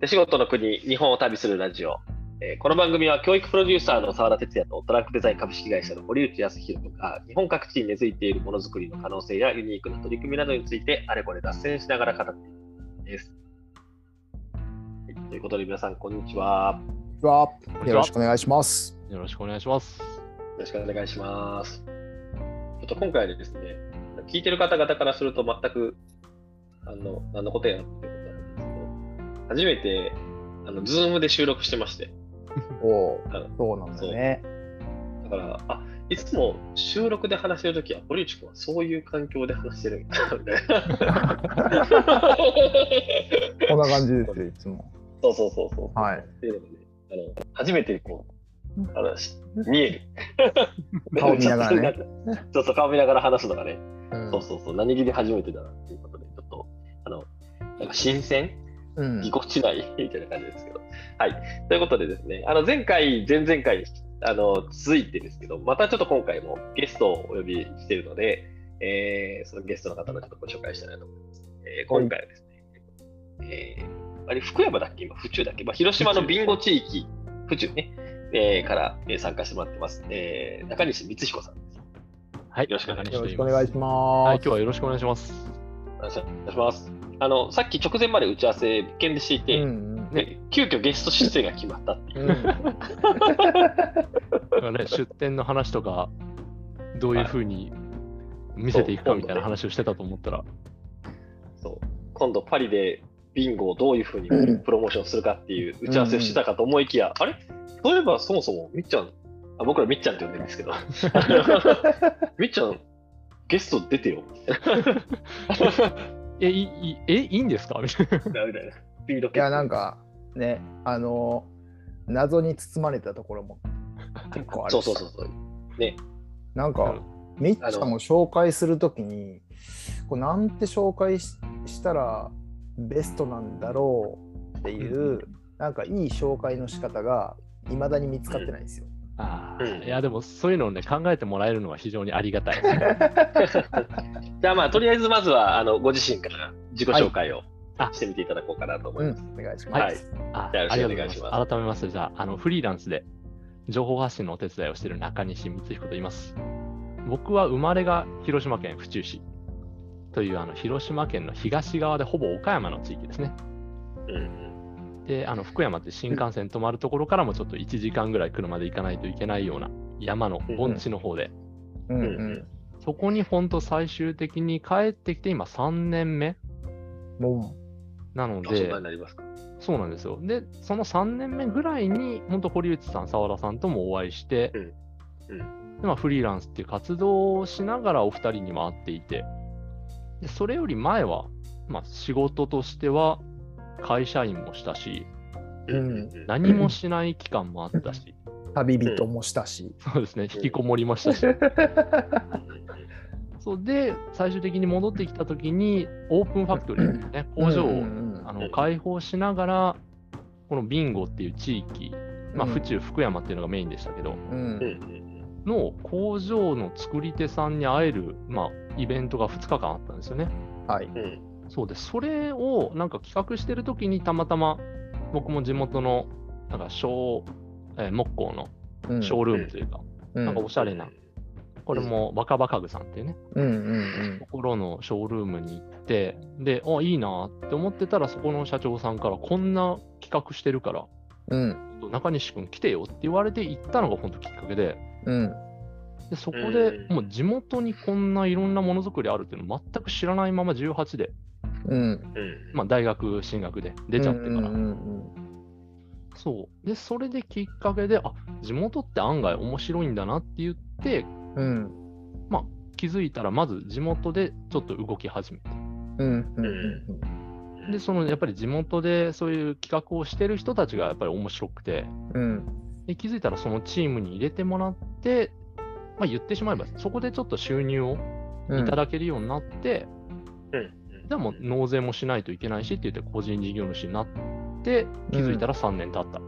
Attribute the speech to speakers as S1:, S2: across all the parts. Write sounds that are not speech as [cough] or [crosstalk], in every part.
S1: 手仕事の国日本を旅するラジオ、えーこの番組は教育プロデューサーの澤田哲也とトラックデザイン株式会社の堀内康弘が日本各地に根付いているものづくりの可能性やユニークな取り組みなどについてあれこれ脱線しながら語っていくです、はいということで皆さんこんにちはよ
S2: は
S3: こんにちは
S2: よろしくお願いします。
S3: よろしくお願いします。
S1: ろしくお願いしますちょっと今回はですね聞いてる方々からすると全くあの何のことやなってことなんですけど初めてあの Zoom で収録してまして
S2: おお
S1: あの、
S2: そうなんだよね。
S1: だから、あいつも収録で話してるときは、堀内君はそういう環境で話してるんだ
S2: [laughs]
S1: みたいな。
S2: こんな感じですよ、いつも。
S1: そうそうそうそう。
S2: はい
S1: っていうのがね、あの初めてこう、あのし見える。
S2: 顔見ながらね。
S1: ちょっと顔見ながら話すのがね、
S2: うん
S1: そうそうそう、何気に初めてだなっていうことで、ちょっと、あの、なんか新鮮
S2: うん
S1: ぎこちないみたいな感じですけど。はい。ということでですね、あの前回、前々回、あの続いてですけど、またちょっと今回もゲストをお呼びしているので、えーそのゲストの方のちょっとご紹介したいなと思います。えー今回はですね、えーあれ福山だっけ今、府中だっけ、まあ、広島のビンゴ地域、府中ね、えーからえー参加してもらってます。えー中西光彦さんです。
S3: はい、
S1: よろしくお願い
S2: よろしくお願いします。
S3: はい、今日はよろしくお願いします。
S1: お願いします。あのさっき直前まで打ち合わせ、物件でしていて、
S2: うん
S1: で急遽ゲスト出演が決まったっていう。
S2: うんうん
S3: だからね、出店の話とか、どういうふうに見せていくかみたいな話をしてたと思ったら、
S1: そう今度パリでビンゴをどういうふうにプロモーションするかっていう打ち合わせをしてたかと思いきや、あれそういえばそもそもみっちゃんあ僕らみっちゃんって呼んでるんですけどみっちゃんゲスト出てよ
S3: え、いいえいいんですかみたいな。
S1: みたいなスピード
S2: いや、なんかね、あの、謎に包まれたところも結構あるし
S1: そうそうそうそう [laughs]
S2: なんか、みっちゃんを紹介するときに、こうなんて紹介ししたらベストなんだろうっていう、なんかいい紹介の仕方が、いまだに見つかってないんですよ。
S3: あ
S1: うん
S3: ーいや、でもそういうのをね、考えてもらえるのは非常にありがた
S2: [laughs]
S3: い。
S1: じゃあまあとりあえずまずはあのご自身から自己紹介を
S3: はいあ
S1: してみていただこうかなと思
S2: う
S1: い
S2: ん
S1: ます、、
S2: お願いし
S1: は
S2: ま
S1: い
S2: す。
S3: あ
S1: じゃあ
S3: あり
S1: よろし
S3: がとうございます
S1: くお願いしま
S3: 改めまして、じゃあ、あのフリーランスで情報発信のお手伝いをしている中西光彦と言います。僕は生まれが広島県府中市というあの広島県の東側でほぼ岡山の地域ですね。
S1: うんうん
S3: で、あの福山って新幹線止まるところからもちょっと1時間ぐらい車で行かないといけないような山の盆地の方で、
S2: う
S1: う
S2: んうん
S1: うん
S2: ん
S3: そこに本当最終的に帰ってきて今3年目
S2: も
S3: なの
S1: あそん
S3: で
S1: な、になりますか
S3: そうなんですよ。で、その3年目ぐらいに、本当堀内さん、澤田さんともお会いして、
S1: うんうん
S3: でまあ、フリーランスっていう活動をしながらお二人にも会っていて、でそれより前は、まあ、仕事としては会社員もしたし、
S2: うん
S1: うん
S3: 何もしない期間もあったし、
S2: う旅人もしたし。
S3: そうですね、引きこもりもしたし、 [laughs] そうで、最終的に戻ってきた時に、オープンファクトリーですね、工場
S2: うんう
S3: を
S2: んうん
S3: あ
S1: う
S3: の
S1: ん
S3: 開放しながら、このビンゴっていう地域、まあ、
S2: うん
S3: 府中、福山っていうのがメインでしたけど、
S2: う
S1: うんうん
S2: ん
S1: うん
S3: の工場の作り手さんに会える、まあ、イベントが2日間あったんですよね。
S2: はい。
S1: うん
S3: そうです。それをなんか企画してる時にたまたま僕も地元のなんか小、えー木工の
S2: うん
S3: ショールームというか、
S2: うん
S3: なんかおしゃれな、これも若葉家具さんっていうね、
S2: うんうん
S3: ところのショールームに行って、で、あ、いいなって思ってたら、そこの社長さんからこんな企画してるから、
S2: うんうん
S3: 中西君来てよって言われて行ったのが本当きっかけで、
S2: うん
S3: でそこ
S1: う
S3: で
S1: ん
S3: もう地元にこんないろんなものづくりあるっていうのを全く知らないまま18で、
S2: うん
S1: うん
S3: まあ、大学進学で出ちゃってから、
S2: うんうん
S3: そうでそれできっかけであ地元って案外面白いんだなって言って
S2: うん
S3: 気づいたらまず地元でちょっと動き始めて
S2: うんうん
S1: うん
S3: でそのやっぱり地元でそういう企画をしてる人たちがやっぱり面白くて
S2: うん
S3: で気づいたらそのチームに入れてもらって、まあ、言ってしまえばそこでちょっと収入を
S2: うん
S3: いただけるようになって、
S1: うん
S3: でもう納税もしないといけないしって言って個人事業主になって気づいたら3年経った、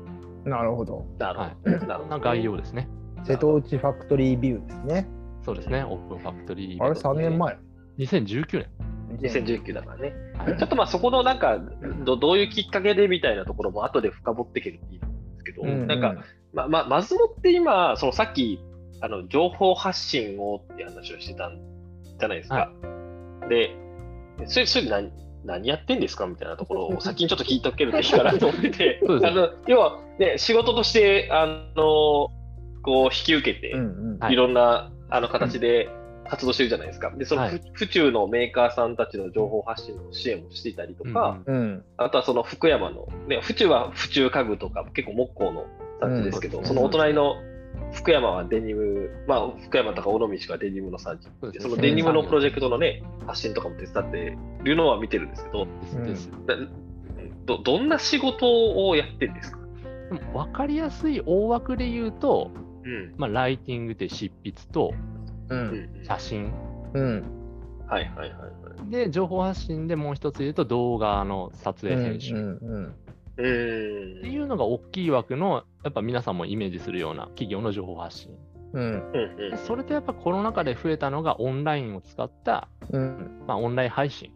S2: なるほど
S1: なるほ
S3: はい
S1: ど。なるほ
S3: そん
S1: ど
S3: な概要ですね
S2: 瀬戸内ファクトリービューですね
S3: そうですねオープンファクトリー
S2: あれ3年前
S3: 2019年
S2: 2019
S1: 2019だからね。
S3: はい、
S1: ちょっとまあそこのなんかど、どういうきっかけでみたいなところも後で深掘っていけるといいんですけど、
S2: う
S1: なんか、ま、ま、まずもって今、そのさっき、あの、情報発信をって話をしてたんじゃないですか。で、それ、それ何、何やってんですかみたいなところを先にちょっと聞いておけるといいかなと思ってて
S3: そうです
S1: あ
S3: ね
S1: の、要はね、仕事として、あの、こう引き受けて、
S2: うんうん
S3: はい
S1: いろんなあの形で活動してるじゃないですか。で、その、
S3: はい
S1: ふ府中のメーカーさんたちの情報発信の支援もしていたりと
S3: うん
S1: か、
S2: うん
S1: あとはその福山の、ね、府中は府中家具とか、結構木工の産地ですけど、
S3: うん
S1: そのお隣の福山はデニム、まあ、福山とか尾道がデニムの産地
S3: そうで
S1: で、
S3: す
S1: そ
S3: ね
S1: のデニムのプロジェクトのね、発信とかも手伝ってるのは見てるんですけど、
S3: ですです
S1: などどんな仕事をやってるんですか、
S3: でも分かりやすい大枠で言うと、
S1: うん
S3: まあ、ライティングで執筆と
S2: う
S1: うん
S2: ん
S3: 写真
S2: うん
S1: はいはいはいはい。
S3: で情報発信でもう一つ言うと動画の撮影編集
S2: う
S3: っ
S2: んうん
S1: うーん
S3: ていうのが大きい枠のやっぱ皆さんもイメージするような企業の情報発信
S2: うん
S1: うんうん
S3: でそれとやっぱコロナ禍で増えたのがオンラインを使った、
S2: うん
S3: まあ、オンライン配信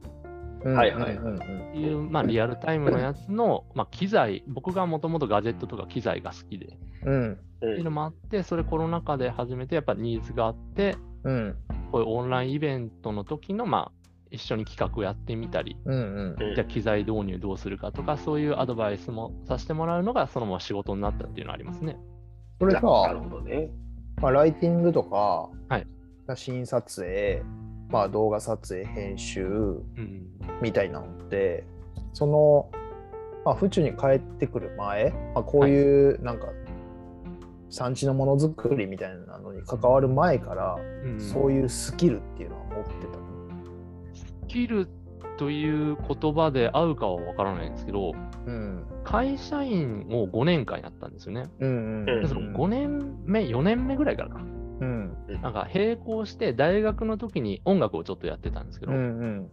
S2: うん
S1: はいはい
S2: うんうん
S3: っていう、まあ、リアルタイムのやつの、まあ、機材僕がもともとガジェットとか機材が好きでっ
S2: うん
S1: うん
S3: ていうのもあってそれコロナ禍で初めてやっぱニーズがあって
S2: うん
S3: こういうオンラインイベントの時のまあ一緒に企画をやってみたり
S2: うん
S1: うん
S3: じゃあ機材導入どうするかとかそういうアドバイスもさせてもらうのがそのまま仕事になったっていうのはありますね。
S2: これさ、
S1: なるほどね。
S2: まあ、ライティングとか、
S3: はい
S2: 写真撮影、まあ、動画撮影編集
S3: うん、
S2: みたいなのってその、まあ、府中に帰ってくる前、まあ、こういうなんか産地のものづくりみたいなのに関わる前から、
S3: うん
S2: そういうスキルっていうのは持ってたの
S3: スキルという言葉で合うかは分からないんですけど
S2: うん
S3: 会社員を5年間やったんですよね。
S2: うんうん
S1: う
S3: で
S1: ん
S3: その5年目4年目ぐらいからか
S2: うん
S3: なんか並行して大学の時に音楽をちょっとやってたんですけど、
S2: うんうん
S1: うん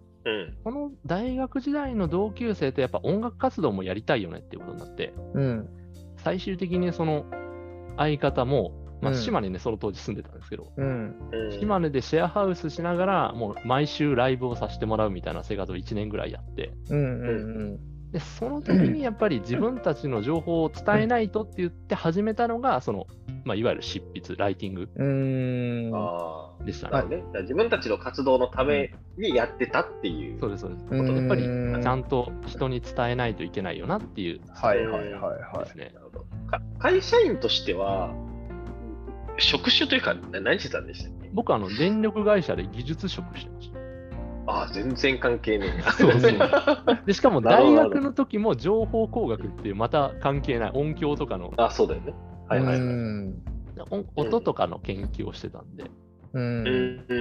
S3: この大学時代の同級生とやっぱ音楽活動もやりたいよねっていうことになって
S2: うん
S3: 最終的にその相方も、まあ、
S2: うん
S3: 島根ねその当時住んでたんですけど、
S2: うん
S1: うん
S3: 島根でシェアハウスしながらもう毎週ライブをさせてもらうみたいな生活を1年ぐらいやって
S2: うんうん
S3: でその時
S1: [clears throat]
S3: にやっぱり自分たちの情報を伝えないとって言って始めたのがその、まあ、いわゆる執筆ライティング
S2: うんうん
S1: あ
S3: でしたね。
S1: あ、ね、だから自分たちの活動のためにやってたっていう。
S3: そうですそうです
S2: うん
S3: やっぱりちゃんと人に伝えないといけないよなっていう
S2: はいはいはいは
S3: で
S2: い
S3: すね。
S1: なるほどか会社員としては、職種というか、な何してたんでしたっけ
S3: 僕あの電力会社で技術職してました。
S1: ああ、全然関係ねえな。
S3: そうそうでしかも
S1: なるほ
S3: 大
S1: ど
S3: 学の時も情報工学っていうまた関係ない音響とかの
S1: [laughs] あそうだよね。はいはいは
S2: う
S1: い。
S2: ん
S3: お音とかの研究をしてたんで、
S2: うん
S1: うん、う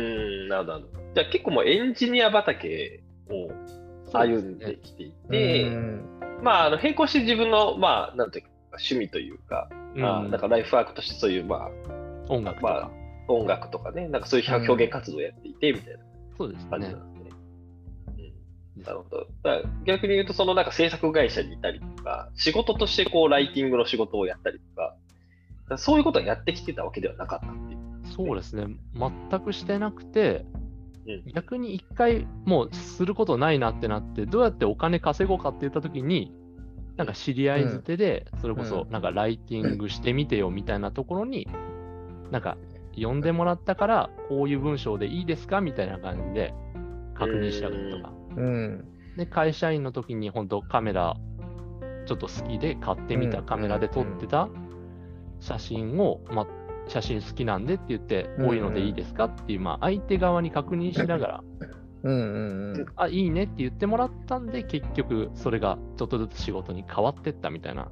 S1: んなるほどなるほど。じゃあ結構もうエンジニア畑を歩んできていて、
S2: うん
S1: まあ、あの並行して自分の、まあ、なんていうか、趣味というか、
S3: うん
S1: あーなんかライフワークとしてそういう、まあ、
S3: 音楽とか、
S1: まあ音楽とかね、なんかそういう表現活動をやっていてみたいな
S3: そうです
S1: 感じ
S3: ね
S1: な。んですね。うん、なるほど。だから逆に言うと、そのなんか制作会社にいたりとか、仕事としてこうライティングの仕事をやったりとか、だからそういうことはやってきてたわけではなかったっていう。
S3: そうですね。全くしてなくて、
S1: うん
S3: 逆に一回もうすることないなってなって、どうやってお金稼ごうかって言った時に、なんか知り合いづてで、それこそ
S2: うん
S3: なんかライティングしてみてよみたいなところに、なんか呼んでもらったから、こういう文章でいいですかみたいな感じで確認しながらとか。
S2: うん
S3: で、会社員の時に本当カメラ、ちょっと好きで買ってみ
S2: う
S3: た
S2: ん
S3: カメラで撮ってた写真を、まあ、写真好きなんでって言って、
S2: うん
S3: こういうのでいいですかっていう、まあ、相手側に確認しながら、
S2: うんうんうん
S3: あ、いいねって言ってもらったんで、結局、それがちょっとずつ仕事に変わってったみたいな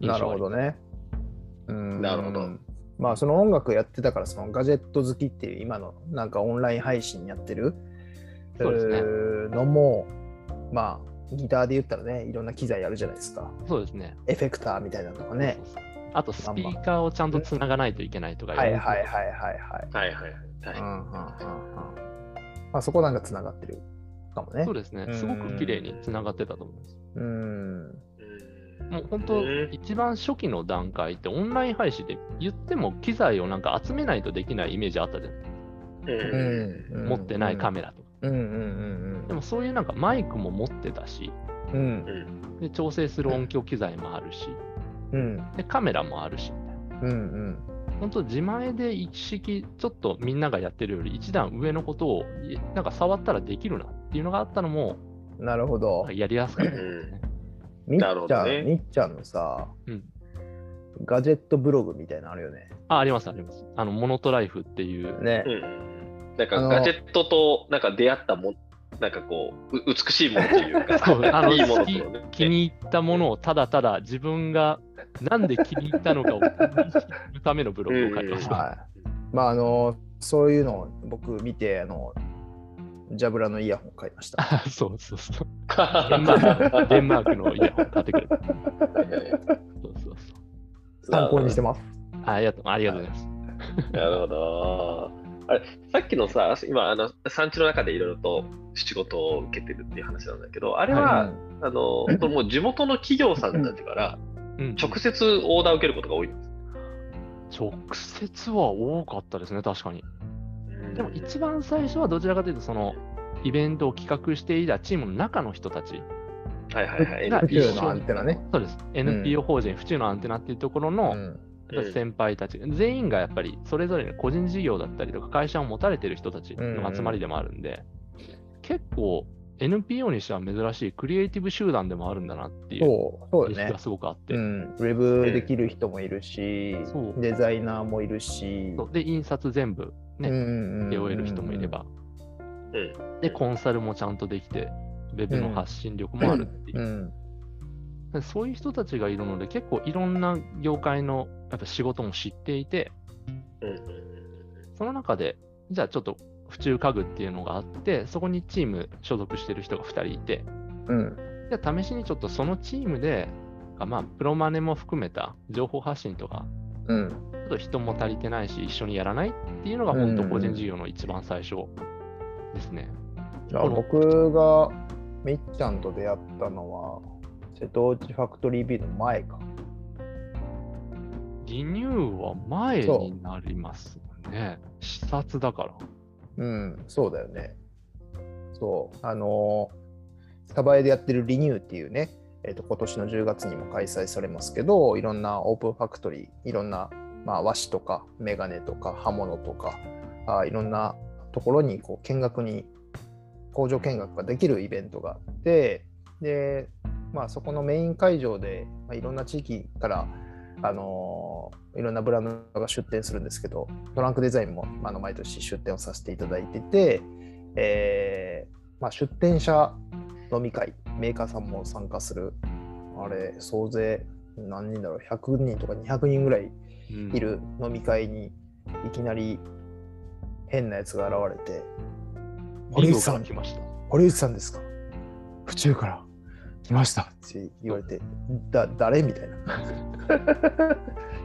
S3: 印象
S2: なる
S3: はあ
S2: ほ
S3: りま
S2: どね。うん
S1: なるほど。
S2: まあその音楽やってたからそのガジェット好きっていう今のなんかオンライン配信やってる
S3: そうですね
S2: えーのもまあギターで言ったらねいろんな機材あるじゃないですか
S3: すそうですね。
S2: エフェクターみたいなのとかね
S3: そうそうそうあと、スピーカーをちゃんとつながないといけないとか、
S2: はいはいはいはいは
S3: い。
S2: い
S1: はいはいは
S2: う
S1: い。
S2: んう
S1: は
S2: んうんうんまあそこなんかつながってるかもね
S3: そうですね
S2: う。ん
S3: すごく綺麗につながってたと思います。
S2: うん
S1: い、
S3: もう本当、
S1: うん
S3: 一番初期の段階ってオンライン配信で言っても機材をなんか集めないとできないイメージあったじゃない、
S1: うん
S2: うん
S3: 持ってないカメラとか。
S2: うんうん
S3: でもそういうなんかマイクも持ってたし
S2: うんうんうん
S3: で調整する音響機材もあるし
S2: うん
S3: でカメラもあるしみたいな
S2: うん
S3: 本当自前で一式ちょっとみんながやってるより一段上のことをいなんか触ったらできるなっていうのがあったのも
S2: うんなるほ
S3: なん
S2: ど
S3: かやりやすかったですね。
S2: みっち
S1: なるほど
S2: ゃ
S1: ね
S2: んみっちゃんのさ
S3: うん
S2: ガジェットブログみたいなのあるよね
S3: あありますあります。あのモノトライフっていう、
S2: ね
S1: うんうんなんかガジェットとなんか出会ったもんなんかこうう美しいものというか
S3: そうあの
S1: いいもの
S3: 好
S1: と
S3: き
S1: ね
S3: 気
S1: [laughs]
S3: に入ったものをただただ自分がなんで気に入ったのかを確認するためのブログを書きました。
S2: はいまああのそういうのを僕見てあのジャブラのイヤホン買いました [laughs]
S3: そうそうそう。デ
S1: [laughs]
S3: ンマークデンマークのイヤホン買ってくれた。そうそうそ
S2: 参考にしてます
S3: うあありがとうありがとうございま
S1: [laughs]
S3: す。
S1: なるほど。あれ、さっきのさ、今、あの産地の中でいろいろと仕事を受けてるっていう話なんだけど、あれは、
S2: は
S1: あの本当もう地元の企業さんたちから
S3: うん、
S1: 直接オーダーを受けることが多いんです。
S3: 直接は多かったですね、確かに。でも一番最初はどちらかというと、そのイベントを企画していたチームの中の人たち
S1: はいはいはい。
S3: が
S2: 宇宙
S3: 一緒に
S2: のアンテナね。
S3: そうです。NPO 法人、府中のアンテナっていうところの、
S2: う
S3: や
S2: ん
S3: っぱり先輩たち、全員がやっぱりそれぞれの個人事業だったりとか会社を持たれてる人たちの集まりでもあるんで、結構 NPO にしては珍しいクリエイティブ集団でもあるんだなっていう
S2: そうそうだ
S3: 認識
S2: ね
S3: がすごくあって、
S2: うん、ウェブできる人もいるし、
S3: そう
S2: デザイナーもいるし、
S3: そうで、印刷全部ね
S2: ね
S3: で終える人もいれ。ば、
S1: うん
S3: で、コンサルもちゃんとできて、ウェブの発信力もあるっていう
S2: う。ん、
S3: でそういう人たちがいるので、結構いろんな業界のやっぱ仕事も知っていて、
S1: うんうん
S3: その中で、じゃあちょっと府中家具っていうのがあって、そこにチーム所属してる人が2人いて、
S2: うん、
S3: じゃあ試しにちょっとそのチームで、あまあ、プロマネも含めた情報発信とか、
S2: うん、
S3: ちょっと人も足りてないし、一緒にやらないっていうのが、本当個人事業の一番最初ですね。
S2: じゃあ
S3: この
S2: 僕がみっちゃんと出会ったのは、瀬戸内ファクトリービーの前か。
S3: リニューは前になりますね。視察だから。
S2: うん、そうだよね。そう、あのー、サバエでやってるリニューっていうね、えっと今年の10月にも開催されますけど、いろんなオープンファクトリー、いろんな、まあ、和紙とか、メガネとか、刃物とか、あーいろんなところにこう見学に、工場見学ができるイベントがあって、で、まあ、そこのメイン会場で、まあ、いろんな地域から、あのーいろんなブランドが出店するんですけど、トランクデザインもあの毎年出店をさせていただいてて、えーまあ、出店者飲み会、メーカーさんも参加する、あれ、総勢何人だろう、100人とか200人ぐらい
S3: うん
S2: いる飲み会に、いきなり変なやつが現れて、堀
S3: リ
S2: 内
S3: ンゴ
S2: さ
S3: から
S2: ん
S3: 来、ました。
S2: 堀内さんですか府中から来ましたって言われて、だ誰みたいな。
S3: [laughs]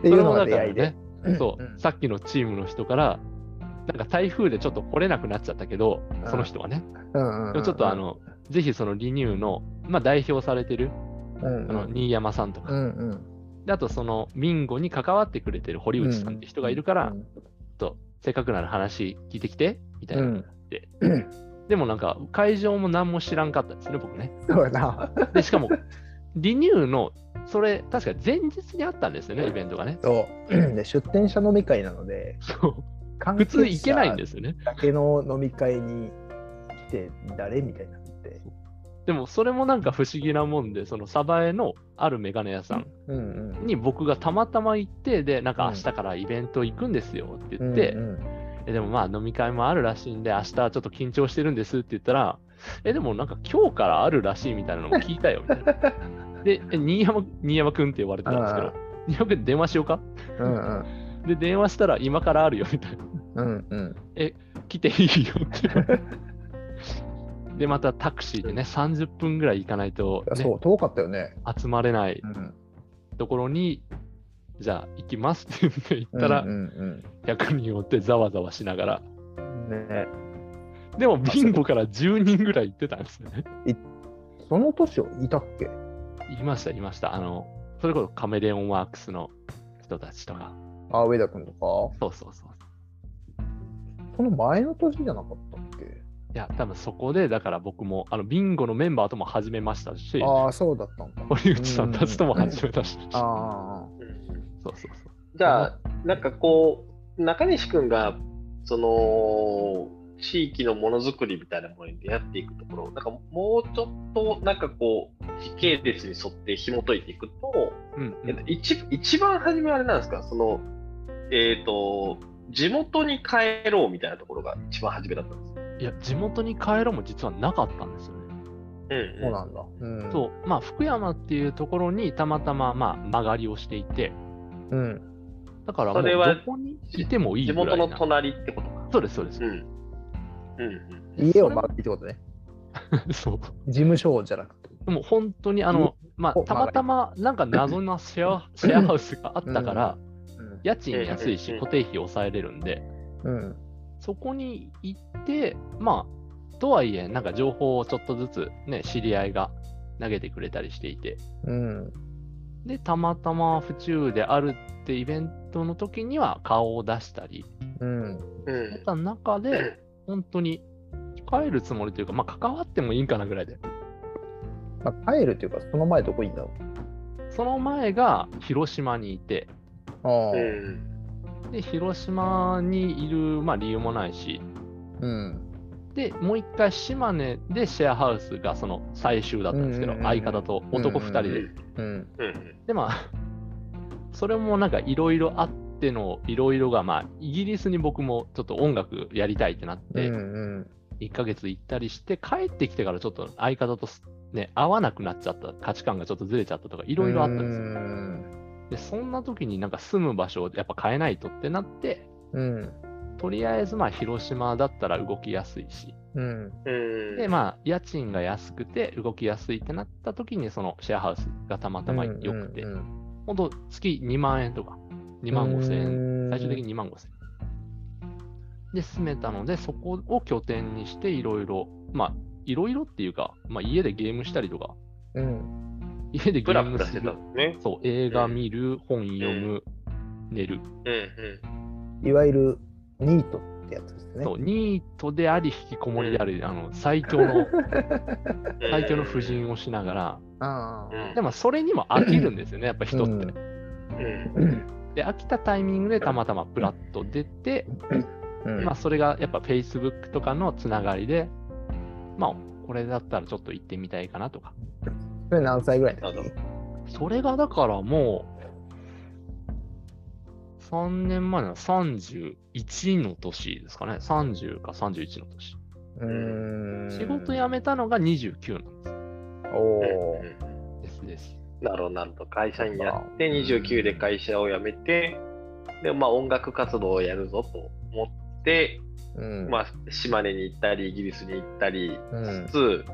S2: っていうのが出会いで。
S3: それもだからねそう、
S2: うん
S3: さっきのチームの人から、なんか台風でちょっと来れなくなっちゃったけど、
S2: うん
S3: その人はね、
S2: うんうん
S3: でもちょっとあ、の、ぜひそのリニューの、まあ、代表されてる、
S2: うんうん
S3: あの新山さんとか、
S2: うんうん、
S3: であとそのミンゴに関わってくれてる堀内さんって人がいるから、
S2: うん
S3: せっかくなら話聞いてきてみたいな、
S2: うん
S3: でもなんか会場も何も知らんかったですね、
S2: [laughs]
S3: 僕ね。
S2: そうやな。
S3: で、しかも、リニューの、それ、確か前日にあったんですよね、イベントがね。
S2: そう。で、出店者飲み会なので、
S3: そう
S2: 関。
S3: 普通行けないんですすよね。
S2: だけの飲み会に来て、誰みたいになって。
S3: でもそれもなんか不思議なもんで、そのサバエのあるメガネ屋さん
S2: うんうん。
S3: に僕がたまたま行って、で、なんか明日からイベント行くんですよって言って、
S2: うんうん
S3: えでもまあ飲み会もあるらしいんで、明日ちょっと緊張してるんですって言ったら、え、でもなんか今日からあるらしいみたいなのも聞いたよみたい
S2: [laughs]
S3: な。で、え新山新山くんって呼ばれてたんですけど
S2: あ、
S3: 新山くん電話しようか
S2: うん
S3: で、電話したら今からあるよみたいな。
S2: うんうん
S3: 来ていいよって言わ
S2: [laughs]
S3: れて。で、またタクシーでね、30分ぐらい行かないと、ね、
S2: そう、遠かったよね。
S3: 集まれない
S2: うん
S3: ところに、じゃあ行きますって言って行ったら
S2: うん、うん
S3: 100人おってざわざわしながら、
S2: うんね
S3: でもビンゴから10人ぐらい行ってたんですよね。
S2: その年をいたっけ
S3: いました、いました。あの、それこそカメレオンワークスの人たちとか、
S2: あ、上田君とか。
S3: そうそうそう。
S2: その前の年じゃなかったっけ
S3: いや、多分そこで、だから僕も、あの、ビンゴのメンバーとも始めましたし、
S2: ああ、そうだったんだ。
S3: 堀内さんたちとも始めたし、そう
S2: あ
S3: そうそう。
S1: じゃあ、なんかこう、中西君が、その、地域のものづくりみたいなものに出会っていくところ、なんかもうちょっと、なんかこう、時系列に沿って紐解いていくと、
S3: うん、
S1: えっと一一番初めはあれなんですか、その、えっ、と、地元に帰ろうみたいなところが一番初めだったんですよ。
S3: いや、地元に帰ろうも実はなかったんですよね。
S1: うん
S2: あ、そうなんだ。うん。
S3: そう、まあ、福山っていうところにたまたま、まあ、曲がりをしていて、
S2: うん。
S3: だからも
S1: そうれは
S3: どこにいてもいい
S1: 地
S3: ぐら
S1: 元
S3: いな
S1: の隣ってことか。
S3: そうです、そうです
S1: う。ん。うんうん。
S2: 家をバッってことね。
S3: [laughs] そう。
S2: 事務所じゃなくて。
S3: でも本当に、あの、まあ、たまたま、なんか謎なシェアシェアハウスがあったから、
S2: うん
S3: 家賃安い
S1: うん
S3: し、固定費抑えれるんで、
S2: うん。
S3: そこに行って、まあ、とはいえ、なんか情報をちょっとずつ、ね、知り合いが投げてくれたりしていて、
S2: うん。
S3: で、たまたま府中であるってイベントの時には顔を出したり、
S2: うん。
S1: うん
S3: た中で、本当に帰るつもりというか、まあ、関わってもいいんかなぐらいで、
S2: まあ、帰るっていうか、その前どこいんだろ
S3: その前が広島にいて、
S2: う。ああ
S1: う。ん
S3: で広島にいる、まあ、理由もないし、
S2: うん。
S3: でもう一回島根でシェアハウスがその最終だったんですけど、
S2: うんうんうん
S3: 相方と男2人
S1: う
S3: で、
S1: ん
S2: うん。
S1: うん
S3: でまあ [laughs] それもなんかいろいろあってのいろいろがまあイギリスに僕もちょっと音楽やりたいってなっ
S2: う
S3: て、
S2: ん。うん。
S3: 1ヶ月行ったりして帰ってきてからちょっと相方とすね合わなくなっちゃった価値観がちょっとずれちゃったとかい
S2: い
S3: ろいろあったんですよ
S2: よ。
S3: でそんな時になんか住む場所をやっぱ変えないとってなって
S2: うん。
S3: とりあえずまあ広島だったら動きやすいし
S2: うん。
S1: うん
S3: でまあ家賃が安くて動きやすいってなった時にそのシェアハウスがたまたま良くて
S2: うんうん
S3: ほんと月2万円とか2万5千円
S2: うん
S3: 最終的に2万5000で、住めたので、そこを拠点にして、いろいろ、まあ、いろいろっていうか、まあ、家でゲームしたりとか、
S2: うん。
S3: 家でゲ
S1: ブラ
S3: ー
S1: ブ
S3: ム
S1: ラ
S3: す
S1: して
S3: る
S1: たんですね。
S3: そう、映画見る、本読む、寝る。
S1: うん
S2: いわゆるニートってやつですね
S3: そ。う、ニートであり、引きこもりであり、あの、最強
S2: [laughs]
S1: う
S3: の、
S1: ん
S3: 最強の婦。人をしながら、
S2: あ
S1: う
S2: あ。
S1: ん
S3: でも、それにも飽きるんですよね、やっぱ人って。
S1: うん
S3: で、飽きたタイミングでたまたまブラッと出て、
S2: うん
S3: まあ、それがやっぱ Facebook とかのつながりで、まあ、これだったらちょっと行ってみたいかなとか。
S2: それ何歳ぐらいの
S1: なる
S2: 時
S1: ほど
S3: それがだからもう、3年前の31の年ですかね。30か31の年。
S2: うーん
S3: 仕事辞めたのが29なんで
S2: お
S1: うんう。ん
S2: お
S3: す。ですです。
S1: なるほどなるほど会社員やって29で会社を辞めてでまあ音楽活動をやるぞと思って、
S2: うん
S1: まあ、島根に行ったりイギリスに行ったり
S2: うん
S1: しつつ、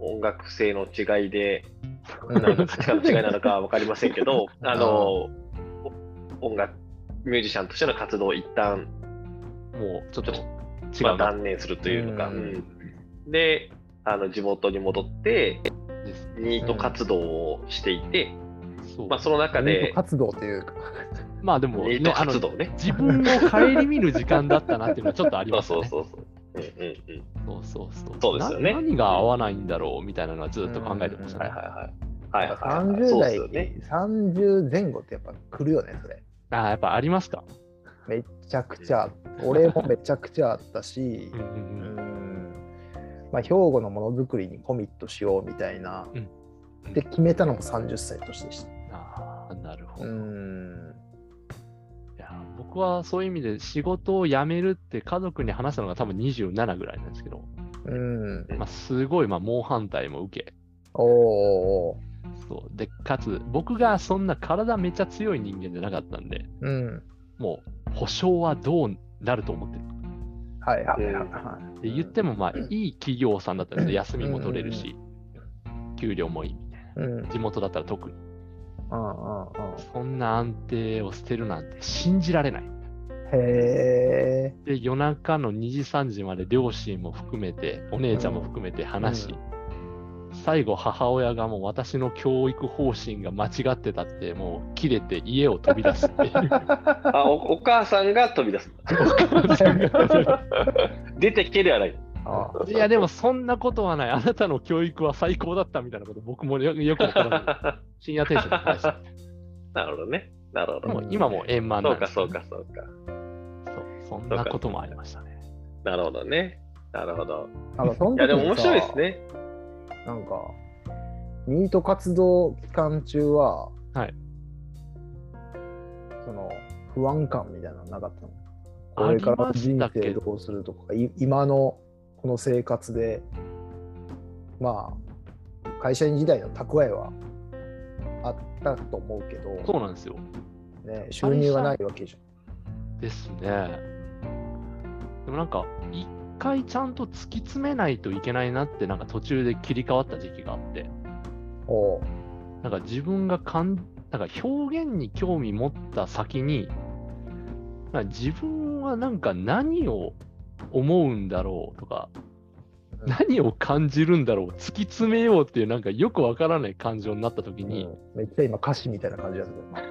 S1: 音楽性の違いで
S2: うん
S1: なのか価値観の違いなのか分かりませんけどあのお音楽ミュージシャンとしての活動を一旦、
S3: もうちょっと違
S1: まあ、
S3: うな
S1: 断念するというのか、
S2: うん
S1: うんであの地元に戻って
S3: です。
S1: ニート活動をしていて、
S3: そう
S1: まあ、その中
S2: ニー
S1: で
S2: ト活動というか。
S3: まあでも、
S1: ニ
S3: ね
S1: ート、
S3: あの
S1: 活動 [laughs] ね
S3: 自分を顧みる時間だったなっていうのはちょっとあり
S1: そう
S3: ます
S1: そ
S3: よ
S1: う [laughs] そうそう。う
S3: ね。
S1: んうんうん。
S3: そうそうそう。
S1: そうですよね
S3: な何が合わないんだろうみたいなのはずっと考えてました
S1: はい
S3: ね。
S1: はいはい。はいはいはい。
S2: 30
S1: そうで
S2: 代
S1: すよね。、
S2: 30前後ってやっぱ来るよね、それ。
S3: ああ、やっぱありますか。
S2: めちゃくちゃあった。俺もめちゃくちゃあったし
S3: う、んう
S2: うんん。まあ、兵庫のものづくりにコミットしようみたいな
S3: うん。
S2: で、決めたのも30歳としてでした。
S3: うん、ああ、なるほ
S2: う
S3: ど。
S2: ん。
S3: いや僕はそういう意味で仕事を辞めるって家族に話したのが多分27ぐらいなんですけど、
S2: うん。
S3: まあ、すごいまあ猛反対も受け
S2: おーお
S3: そうでかつ僕がそんな体めっちゃ強い人間じゃなかったんで
S2: ー。うん。
S3: もう保証はどうなると思ってる
S2: はいはいはいはい。
S3: で言ってもまあいい企業さんだったんですよ休みも取れるし給料もいいみたい
S2: うん。うんうん
S3: な地元だったら特に
S2: うんうん。
S3: そんな安定を捨てるなんて信じられない
S2: へえ。
S3: で夜中の2時3時まで両親も含めてお姉ちゃんも含めて話し、最後母親がもう私の教育方針が間違ってたってもう切れて家を飛び出すっていう [laughs]
S1: あおお母さんが飛び出す。
S3: お母さんが
S1: 出てけではない。
S2: あ
S3: いや、でもそんなことはない。あなたの教育は最高だったみたいなこと、僕もよよくわからない。深夜停止の話。
S1: なるほどね。なるほど。
S3: でも今も円満
S1: そ
S3: な
S1: うん
S3: で
S1: か、
S3: すね、
S1: そうか、そうか。
S3: そう。そんなこともありましたね。
S1: なるほどね。なるほど。
S2: なんかそ
S1: い
S2: の時にさ
S1: や、でも面白いです。ね。
S2: なんか、ニート活動期間中は、
S3: はい
S2: その、不安感みたいなのなかったのこ
S3: あ
S2: れ
S3: り
S2: から
S3: ま
S2: 人
S3: した
S2: 生
S3: けど、
S2: どうするとか、い今のこの生活で、まあ、会社員時代の蓄えはあったと思うけ
S3: そ
S2: ど、
S3: うなんですよ。
S2: ね、収入がないわけじゃん。
S3: ですね。でもなんか、一回ちゃんと突き詰めないといけないなって、なんか途中で切り替わった時期があって、
S2: おう
S3: なんか自分がかん、なんか表現に興味持った先に、なんか自分はなんか何を思うんだろうとか、
S2: うん
S3: 何を感じるんだろう、突き詰めようっていう、なんかよくわからない感情になった時に、
S2: うんめっちゃ今歌詞みたいな感じだけ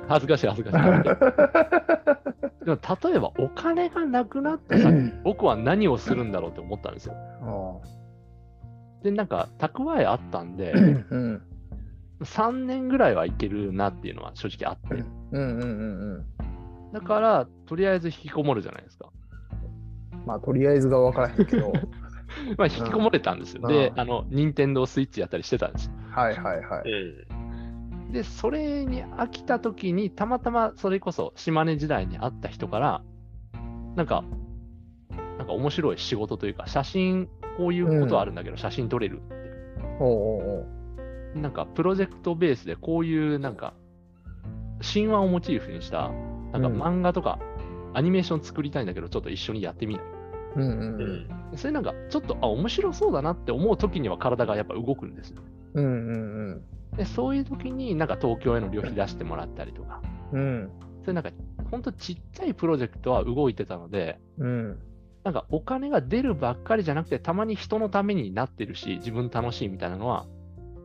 S3: 恥ずかしい恥ずか
S2: [laughs]
S3: しい。でも例えばお金がなくな
S2: [laughs]
S3: った先、僕は何をするんだろうって思ったんですよ。
S2: ど。
S3: で、なんか蓄えあったんで、
S2: うんうん
S3: 3年ぐらいはいけるなっていうのは正直あって、
S2: うんうんうんうん。
S3: だからとりあえず引きこもるじゃないですか。
S2: まあ、とりあえずが分からへんけ
S1: [laughs]
S2: ど、
S3: まあ引きこもれたんですよ。
S2: うん
S3: で
S2: う、ん
S3: あの、任天堂スイッチやったりしてたんですよ。
S2: はいはいは
S1: う
S2: い。
S1: ん。
S3: で、それに飽きた時に、たまたまそれこそ島根時代に会った人から、なんか、なんか面白い仕事というか、写真、こういうことあるんだけど、写真撮れる
S2: おうおうおう
S3: なんかプロジェクトベースでこういうなんか神話をモチーフにしたなんか
S2: うん
S3: 漫画とかアニメーション作りたいんだけどちょっと一緒にやってみない
S2: うんうん
S1: う
S2: うん
S1: ん。
S3: それなんかちょっとあ面白そうだなって思う時には体がやっぱ動くんですよ
S2: うんうんうん
S3: でそういう時になんか東京への旅費出してもらったりとか
S2: うん
S3: それなんかほんとちっちゃいプロジェクトは動いてたので
S2: うん
S3: なんかお金が出るばっかりじゃなくてたまに人のためになってるし自分楽しいみたいなのは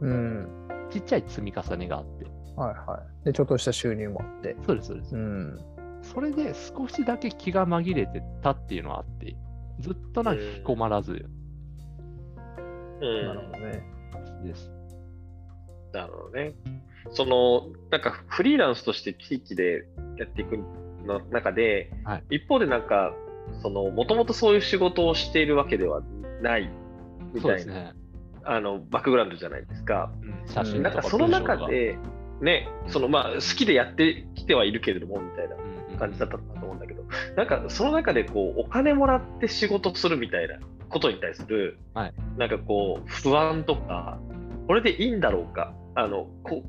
S2: うん
S3: ちっちゃい積み重ねがあって
S2: はいはいでちょっとした収入もあって
S3: そうですそうです
S2: うん
S3: それで少しだけ気が紛れてたっていうのはあって、ずっとなんか引きこまらず
S1: うん
S2: なるほどね
S3: です。
S1: なるほどね。そのなんかフリーランスとして地域でやっていくの中で、
S3: はい
S1: 一方でなんかそのもともとそういう仕事をしているわけではないみ
S3: そう
S1: た
S3: で
S1: い
S3: す
S1: な、
S3: ね。
S1: あのバックグラウンドじゃないですか。
S3: うん写真
S1: なん
S3: と
S1: か
S3: か
S1: その中
S3: 文章とか、
S1: でね、そのまあ好きでやってきてはいるけれどもみたいな
S3: うんうん
S1: 感じだったと思うんだけど、なんかその中でこうお金もらって仕事するみたいなことに対する、
S3: はい
S1: なんかこう不安とか、これでいいんだろうか、あのこ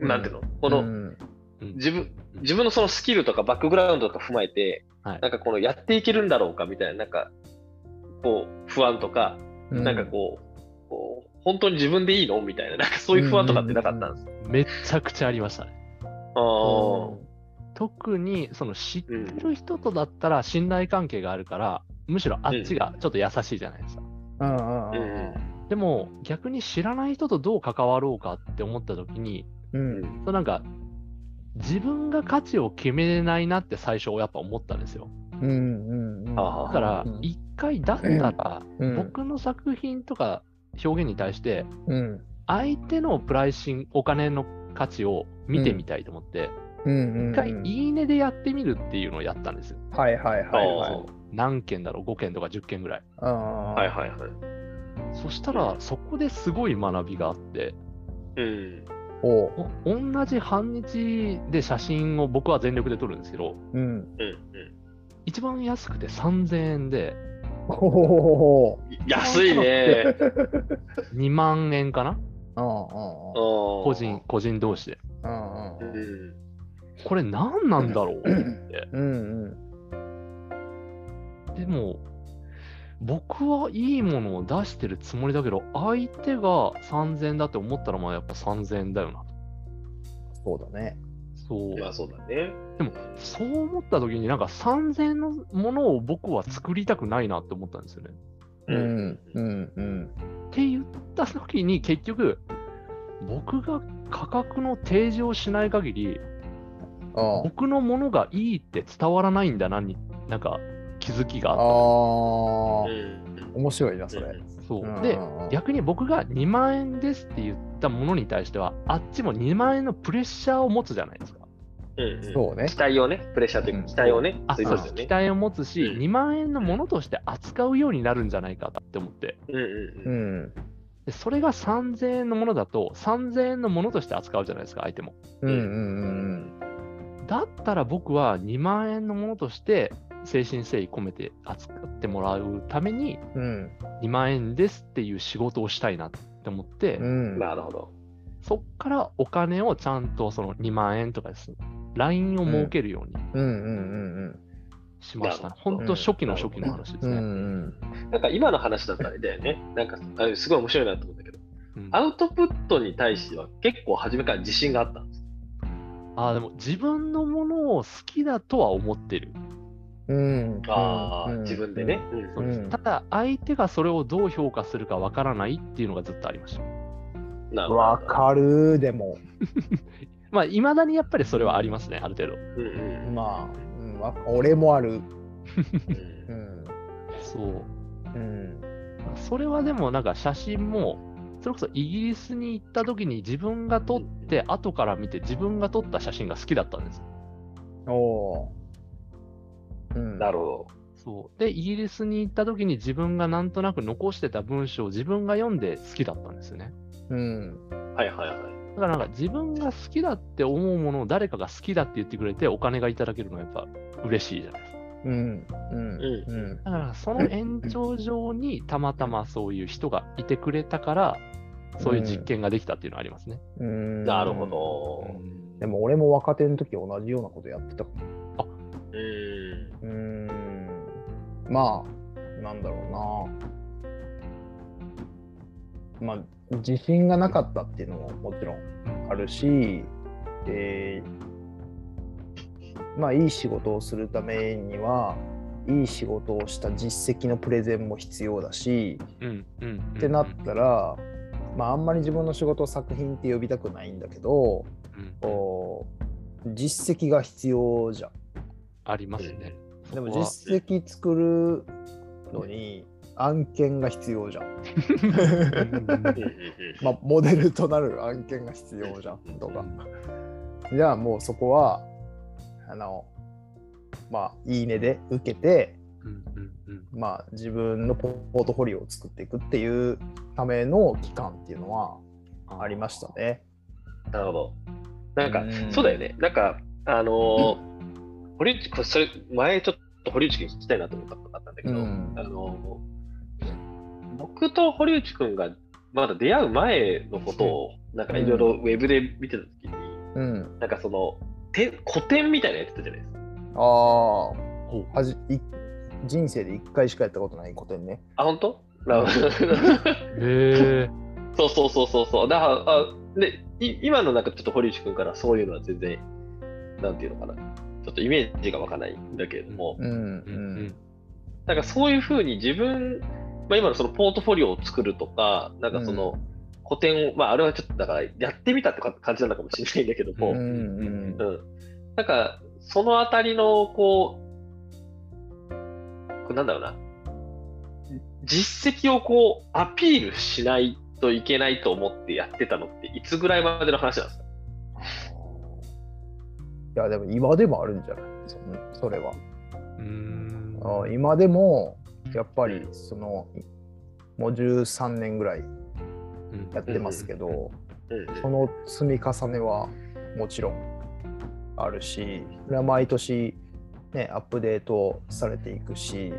S1: う
S2: うん
S1: なんていうの、この、
S2: うん
S3: うん
S1: 自分自分のそのスキルとかバックグラウンドとか踏まえて、
S3: はい
S1: なんかこのやっていけるんだろうかみたいな、なんかこう不安とか、
S2: うん
S1: なんかこう、こう本当に自分でいいのみたいな、なんかそういう不安とかってなかったんですか、
S3: めちゃくちゃありましたね。
S1: あー
S3: 特にその知ってる人とだったら信頼関係があるから、むしろあっちがちょっと優しいじゃないですか。
S2: うんうんう
S1: うん
S2: ん
S3: でも逆に知らない人とどう関わろうかって思った時に、
S2: うんうん
S3: そのなんか自分が価値を決めれないなって最初やっぱ思ったんですよ。
S2: うんうん
S1: あ
S3: だから
S2: うん
S3: 一回だったら、
S2: うん
S3: 僕の作品とか表現に対して
S2: うん
S3: 相手のプライシングお金の価値を見てみたいと思って、
S2: うんうん
S3: 一回「いいね」でやってみるっていうのをやったんですよ。
S2: はいはいはいはい
S1: あ
S3: 何件だろう5件とか10件ぐらい。
S2: あ
S1: ー
S2: ー
S1: はいはいはい。
S3: そしたらそこですごい学びがあって
S1: うん
S2: おう
S3: お同じ半日で写真を僕は全力で撮るんですけど
S2: うん
S1: うん
S3: 一番安くて3000円で
S2: ほほほほほ
S1: うん、安い
S2: [laughs]
S1: ね、
S3: 2万円かな
S2: うんうん
S1: 個
S3: 個人個人同士で。
S2: うん
S1: う
S2: うん
S1: ん、
S3: これ何なんだろう
S2: うんうん
S3: でも、僕はいいものを出してるつもりだけど、相手が3000円だって思ったら、まあやっぱ3000円だよなと。
S2: そうだね
S3: そう。
S1: まあそうだね。
S3: でも、そう思った時に、なんか3000円のものを僕は作りたくないなって思ったんですよね。
S2: うんうんうん
S3: って言った時に、結局、僕が価格の提示をしない限り、
S2: あ
S3: 僕のものがいいって伝わらないんだなに、なんか気づきがあっ
S2: あ
S1: うん
S2: 面白いな、それ。
S3: そう
S2: うん
S3: で
S2: うんうん
S3: 逆に僕が2万円ですって言ったものに対してはあっちも2万円のプレッシャーを持つじゃないです
S1: う
S3: か。
S1: んうん
S2: そうね
S1: 期。待をね、プレッシャーという
S2: うん
S1: か、期待をね、
S3: あ
S1: そういう
S3: そ
S1: こ
S3: う
S1: とで
S3: で
S1: すす
S3: 期
S1: よね。
S3: 待を持つし、
S1: うん
S3: 2万円のものとして扱うようになるんじゃないかって思って
S1: うんうんう
S2: うんん。
S3: でそれが3000円のものだと3000円のものとして扱うじゃないですか相手も
S2: うんうんうん
S3: だったら僕は2万円のものとして精神誠意込めて扱ってもらうために
S2: うん。うん
S3: 2万円ですっていう仕事をしたいなって思って、
S2: うん。
S1: なるほど。
S3: そっからお金をちゃんとその2万円とかですね LINE を設けるように
S2: うんうん
S3: しました、
S1: なるほど
S3: 本当初期の初期の話で
S2: うんうん。
S3: す
S2: う
S3: ね、
S2: ん
S1: なんか今の話だったらあれだよね。なんか、あれすごい面白いなと思うんだけど、
S3: うん
S1: アウトプットに対しては結構初めから自信があったんです。
S3: あーでも自分のものを好きだとは思ってる
S2: うん。うん。
S1: あ
S2: う
S1: あ、
S2: ん
S1: 自分でね。。うん
S3: そうです
S2: うん
S3: ただ相手がそれをどう評価するかわからないっていうのがずっとありました
S1: なるほど
S2: わかるでも。
S3: まあいまだにやっぱりそれはありますねある程度
S1: うんうん
S2: まあ、うんわ俺もある。
S1: うん
S2: うん。
S3: そう
S2: うん。
S3: それはでもなんか写真もそれこそイギリスに行った時に自分が撮って後から見て自分が撮った写真が好きだったんです
S2: おおー。うん。
S1: なるほ
S3: そうでイギリスに行った時に自分がなんとなく残してた文章を自分が読んで好きだったんですよね
S2: うん。
S1: ど。はいはいはい。
S3: だからなんか自分が好きだって思うものを誰かが好きだって言ってくれてお金がいただけるのはやっぱ嬉しいじゃないですか。
S2: うん。うん。
S1: うん
S2: うん。
S3: だからその延長上にたまたまそういう人がいてくれたからそういう実験ができたっていうのはありますね。
S2: うん
S1: なるほ。ど。
S2: でも俺も若手の時同じようなことやってたか
S1: うん。
S2: ら。うん。まあ、なんだろうな。まあ、自信がなかったっていうのももちろんあるし、で、まあ、いい仕事をするためには、いい仕事をした実績のプレゼンも必要だし、
S3: うんうんうん
S2: ってなったら、まあ、あんまり自分の仕事を作品って呼びたくないんだけど、
S3: うん
S2: こう実績が必要じゃん。
S3: ありますね。
S2: でも
S3: そこは
S2: 実績作るのに案件が必要じゃん。
S1: うんうん
S2: まあ、モデルとなる案件が必要じゃんとか。じゃあもうそこは、あの、まあ、いいねで受けて、
S3: うんうんうん
S2: まあ、自分のポートフォリオを作っていくっていうための期間っていうのはありましたね。
S1: なるほど。なんか、
S2: うん
S1: そうだよね。なんか、あのー、堀内、これ、それ、前ちょっと堀内君に聞きたいなと思ったことがあったんだけど、
S2: うん
S1: あのー、僕と堀内君がまだ出会う前のことを、なんかいろいろウェブで見てたときに、
S2: うん。
S1: なんかその、て古典みたいなのやってたじゃないですか。
S2: あ
S3: ほう
S2: あ、はじい人生で一回しかやったことない古典ね。
S1: あ、本当？なるほど
S3: へえ。
S1: そうそうそうそうそう。だからあでい今のなんかちょっと堀内君からそういうのは全然なんていうのかな。ちょっとイメージがわかないんだけれども、
S2: うん
S3: うんうん
S1: なんかそういうふうに自分、まあ、今のそのポートフォリオを作るとか、なんかその古典を、まああれはちょっとだからやってみたってか感じなのかもしれないんだけども、う
S2: う
S1: んん、
S2: うん
S1: なんかそのあたりのこう、こうなんだろうな、実績をこうアピールしないといけないと思ってやってたのって、いつぐらいまでの話なんですか
S2: いやでも今でもあるんじゃないそそれは、
S3: うーん
S2: あー今でもやっぱりそのもう13年ぐらい
S3: うん
S2: やってますけど、
S1: うん
S2: その積み重ねはもちろんあるしそれは毎年ねアップデートされていくし、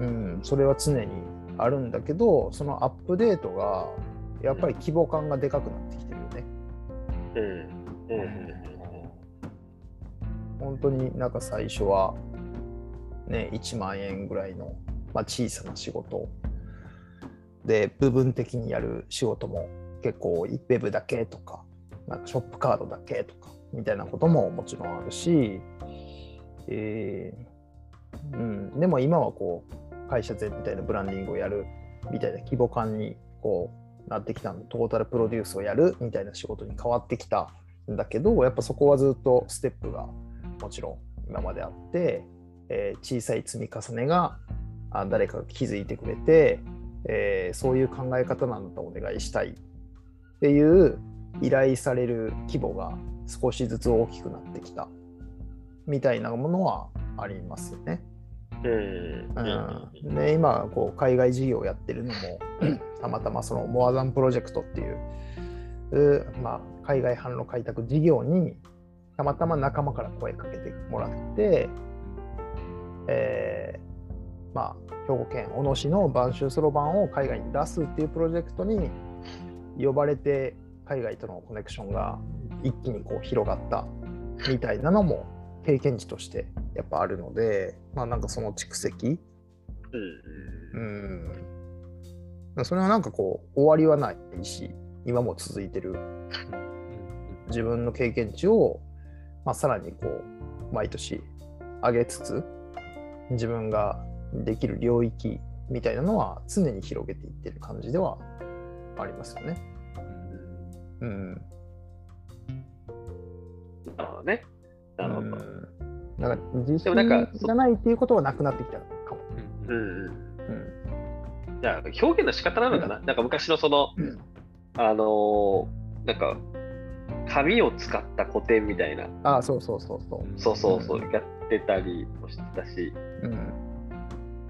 S3: うんうん
S2: うん、それは常にあるんだけどそのアップデートがやっぱり規模感がでかくなってきてるよね。
S1: うんうんうん
S2: 本当になんか最初はね1万円ぐらいの、まあ、小さな仕事で部分的にやる仕事も結構ウェブだけとかなんかショップカードだけとかみたいなことももちろんあるし、えーうん、でも今はこう会社全体のブランディングをやるみたいな規模感にこうなってきたんでトータルプロデュースをやるみたいな仕事に変わってきたんだけどやっぱそこはずっとステップがもちろん今まであって、えー小さい積み重ねがあ誰かが気づいてくれて、えーそういう考え方なんだお願いしたいっていう依頼される規模が少しずつ大きくなってきたみたいなものはありますよね。
S1: うん。
S2: うん、で今こう海外事業をやってるの [clears throat] もたまたまそのモアザンプロジェクトっていう、うまあ、海外販路開拓事業にたまたま仲間から声かけてもらって、えーまあ、兵庫県小野市の播州そろばんを海外に出すっていうプロジェクトに呼ばれて海外とのコネクションが一気にこう広がったみたいなのも経験値としてやっぱあるので、まあ、なんかその蓄積、
S1: うん
S2: うん、だからそれはなんかこう終わりはないし今も続いてる自分の経験値を、まあ、さらにこう毎年上げつつ自分ができる領域みたいなのは常に広げていってる感じではありますよね。うん
S1: なるほどね。なるほど。
S2: うんなんか自
S1: で
S2: 信
S1: もなんか
S2: がないっていうことはなくなってきたかも。
S1: うんうん
S2: うん
S1: じゃあ表現の仕方なのかな、なんか昔のその、
S2: うん
S1: あのーなんか紙を使った古典みたいな
S2: ああそうそうそうそう。
S1: そうそうそう
S2: う
S1: やってたりもしてたし
S2: うん、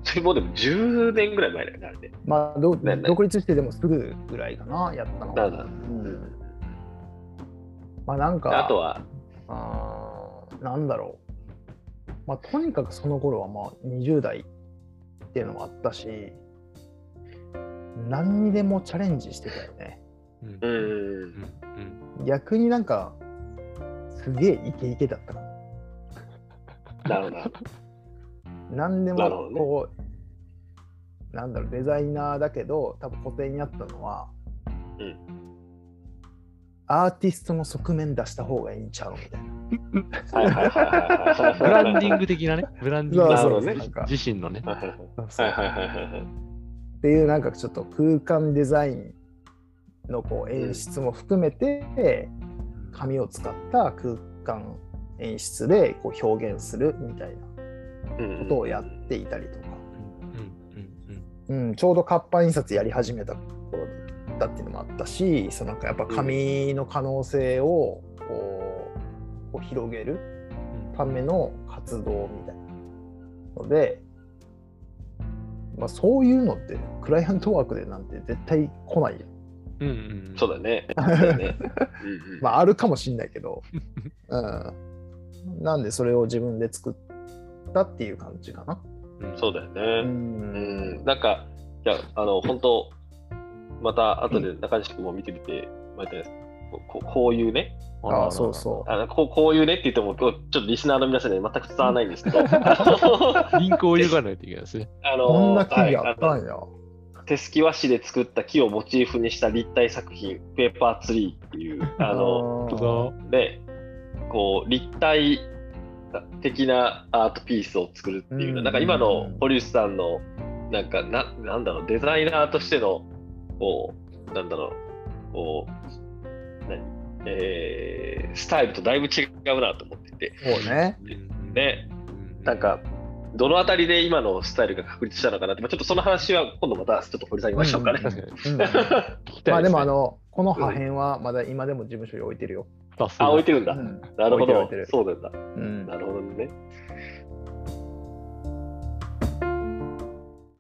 S1: それもでも10年ぐらい前だよねあれね
S2: まあど
S1: ねね
S2: 独立してでもすぐぐらいかなやったの
S1: だ
S2: は。
S1: から
S2: うんまあなんか
S1: あとは
S2: あーなんだろう、まあ、とにかくその頃はまあ20代っていうのもあったし何にでもチャレンジしてたよね
S1: う
S3: うん
S1: ん
S2: 逆になんかすげえイケイケだったか
S1: なるほどなる
S2: ら何で
S1: なるほ
S2: も
S1: どね
S2: こうなんだろうデザイナーだけど多分古典にあったのは、
S1: うん
S2: アーティストの側面出した方がいいんちゃうみたいな
S1: ほどはいはい [laughs] はいはい
S3: ブランディン
S1: グ
S3: グ的なね、 [laughs] ブランディング
S1: そうそう
S3: なるほど
S2: なんか
S3: 自身のね。
S1: はい
S2: そう
S1: はいはいはいはい
S2: っていうなんかちょっと空間デザインのこう演出も含めて紙を使った空間演出でこう表現するみたいな
S1: うん
S2: ことをやっていたりとか、
S3: うん
S2: うん、ちょうど活版印刷やり始めた頃だっていうのもあったしそのなんかやっぱ紙の可能性をこうこう広げるための活動みたいなので、まあ、そういうのってクライアントワークでなんて絶対来ないよ、
S3: うんうんうん
S1: そうだねそうだねうんうん
S2: まあ、あるかもしんない
S1: [laughs]
S2: けど、うん、なんでそれを自分で作ったっていう感じかな。
S3: うん
S1: そうだよね、
S2: うん
S1: うん、なんか、じゃあ、あの、本当、また後で中西君も見てみてもらいたいです。ここういうね
S3: ららら
S2: ああそうそう
S1: あのこう、こういうねって言っても、こうちょっとリスナーの皆さんには全く伝わらないんですけど、あ
S3: リンクを入れとかないといけない [laughs] ですね。
S1: の、
S2: こんな企業
S1: は
S2: あ
S1: い
S2: った
S1: あ
S2: んや。
S1: の手すき和紙で作った木をモチーフにした立体作品、ペーパーツリーって
S2: [laughs]
S1: いう、あの、
S3: そ
S1: で、こう、立体的なアートピースを作るっていう
S2: う
S1: の、
S2: ん
S1: なんか今の堀内さんの、なんかな、なんだろう、デザイナーとしての、こう、なんだろう、こう、何、えースタイルとだいぶ違うなと思ってて、
S2: そうね。
S3: う。
S1: ね、
S3: う
S1: なん、か、どのあたりで今のスタイルが確立したのかなって、まあ、ちょっとその話は今度またちょっと掘り下げましょうかね。
S2: うん
S3: 確かに聞
S2: うん
S3: きたいすね
S2: まあでもあ、
S3: [laughs]
S2: のこの破片はまだ今でも事務所に置いてるよ。
S3: さす
S1: [laughs]
S3: が
S1: あ、置いてるんだ。
S2: うん
S1: なるほ
S2: 置いてる置い
S1: ど
S2: てる。
S1: そうなんだ。
S2: うん
S1: なるほどね。